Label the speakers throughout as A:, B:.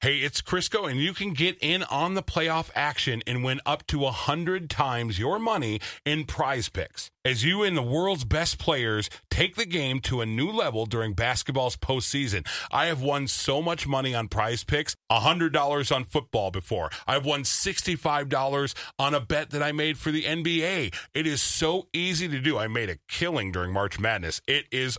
A: Hey, it's Crisco, and you can get in on the playoff action and win up to 100 times your money in prize picks. As you and the world's best players take the game to a new level during basketball's postseason, I have won so much money on prize picks $100 on football before. I've won $65 on a bet that I made for the NBA. It is so easy to do. I made a killing during March Madness. It is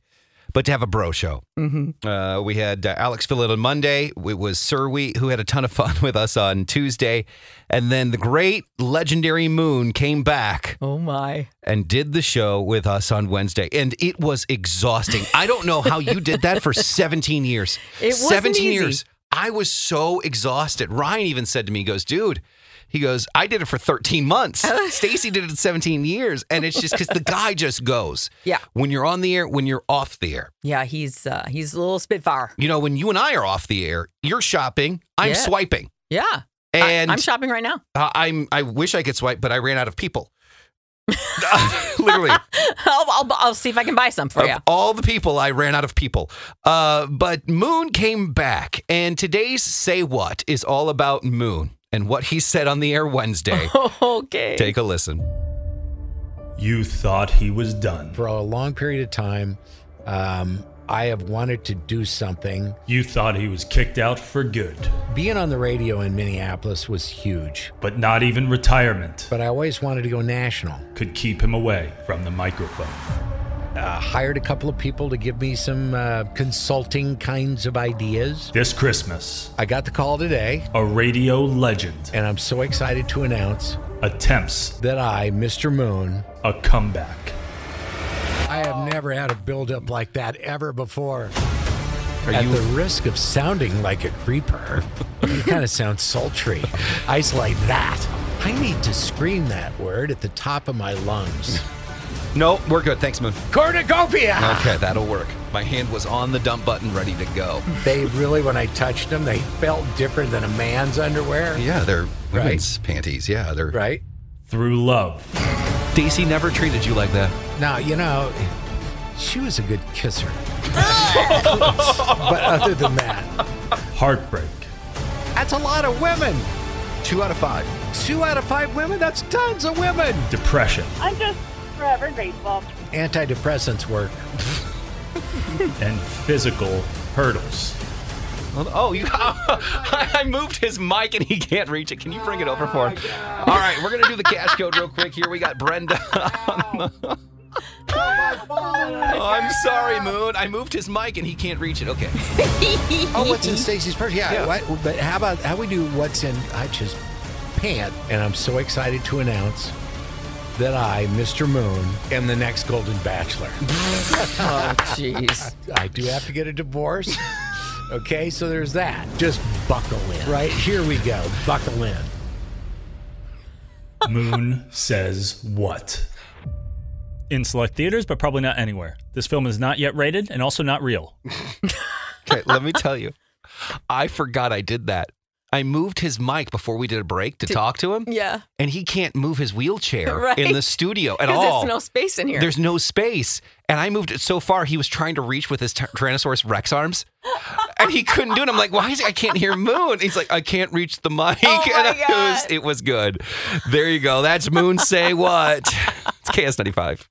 B: but to have a bro show. Mm-hmm. Uh, we had uh, Alex Fillet on Monday. It was Sir We who had a ton of fun with us on Tuesday, and then the great legendary Moon came back
C: oh my.
B: and did the show with us on Wednesday, and it was exhausting. I don't know how you did that for 17 years.
C: It wasn't
B: 17
C: easy.
B: years. I was so exhausted. Ryan even said to me, he goes, dude, he goes, I did it for 13 months. Stacy did it in 17 years. And it's just because the guy just goes.
C: Yeah.
B: When you're on the air, when you're off the air.
C: Yeah, he's uh, he's a little spitfire.
B: You know, when you and I are off the air, you're shopping, I'm
C: Yeah.
B: swiping.
C: Yeah.
B: And
C: I, am shopping right now.
B: uh, I'm I wish I could swipe, but I ran out of people. Literally.
C: I'll, I'll, I'll see if I can buy some for
B: of
C: you.
B: all the people, I ran out of people. Uh, but Moon came back, and today's Say What is all about Moon and what he said on the air Wednesday.
C: Okay.
B: Take a listen.
D: You thought he was done.
E: for a long period of time, um, I have wanted to do something.
D: You thought he was kicked out for good.
E: Being on the radio in Minneapolis was huge,
D: But not even retirement
E: but I always wanted to go national.
D: could keep him away from the microphone.
E: Uh, hired a couple of people to give me some uh, consulting kinds of ideas.
D: This Christmas,
E: I got the call today,
D: a radio legend
E: and I'm so excited to announce
D: attempts
E: that I, Mr. Moon,
D: a comeback.
E: I have never had a buildup like that ever before.
B: Are
E: At
B: you
E: the risk of sounding like a creeper, you kind of sound sultry. Isolate that. I need to scream that word at the top of my lungs.
B: No, we're good. Thanks, Moon.
E: Cornucopia!
B: Okay, that'll work. My hand was on the dump button, ready to go.
E: They really, when I touched them, they felt different than a man's underwear.
B: Yeah, they're
E: Right.
B: women's panties. Yeah, they're
E: Right?
D: Through love,
B: Stacy never treated you like that.
E: Now, you know, she was a good kisser. but other than that,
D: heartbreak,
E: that's a lot of women.
B: Two out of five.
E: Two out of five women, that's tons of women.
D: depression,
F: I'm just forever grateful.
E: Antidepressants work.
D: and physical hurdles.
B: Well, Oh, you! I moved his mic and he can't reach it. Can you bring it over for him? All right, we're gonna do the cash code real quick. Here we got Brenda. oh, I'm sorry, Moon. I moved his mic and he can't reach it. Okay.
E: Oh, what's
C: Mm-hmm.
E: in Stacy's purse? Yeah.
B: Yeah.
E: What, but how about how we do what's in Hutch's pant? And I'm so excited to announce that I, Mr. Moon, am the next Golden Bachelor.
C: Oh, jeez.
E: I do have to get a divorce. Okay, so there's that. Just buckle in. Right here we go. Buckle in.
D: Moon says what?
G: in select theaters, but probably not anywhere. This film is not yet rated and also not real.
B: Okay. Let me tell you, I forgot I did that. I moved his mic before we did a break to talk to him,
C: Yeah.
B: and he can't move his wheelchair
C: Right.
B: in the studio at
C: Because
B: all.
C: there's no space in here.
B: There's no space. And I moved it so far, he was trying to reach with his ty- Tyrannosaurus Rex arms. And he couldn't do it. I'm like, why is I can't hear Moon? He's like, I can't reach the mic.
C: Oh my
B: and I- it, was,
C: God.
B: it was good. There you go. That's Moon Say What. It's KS95.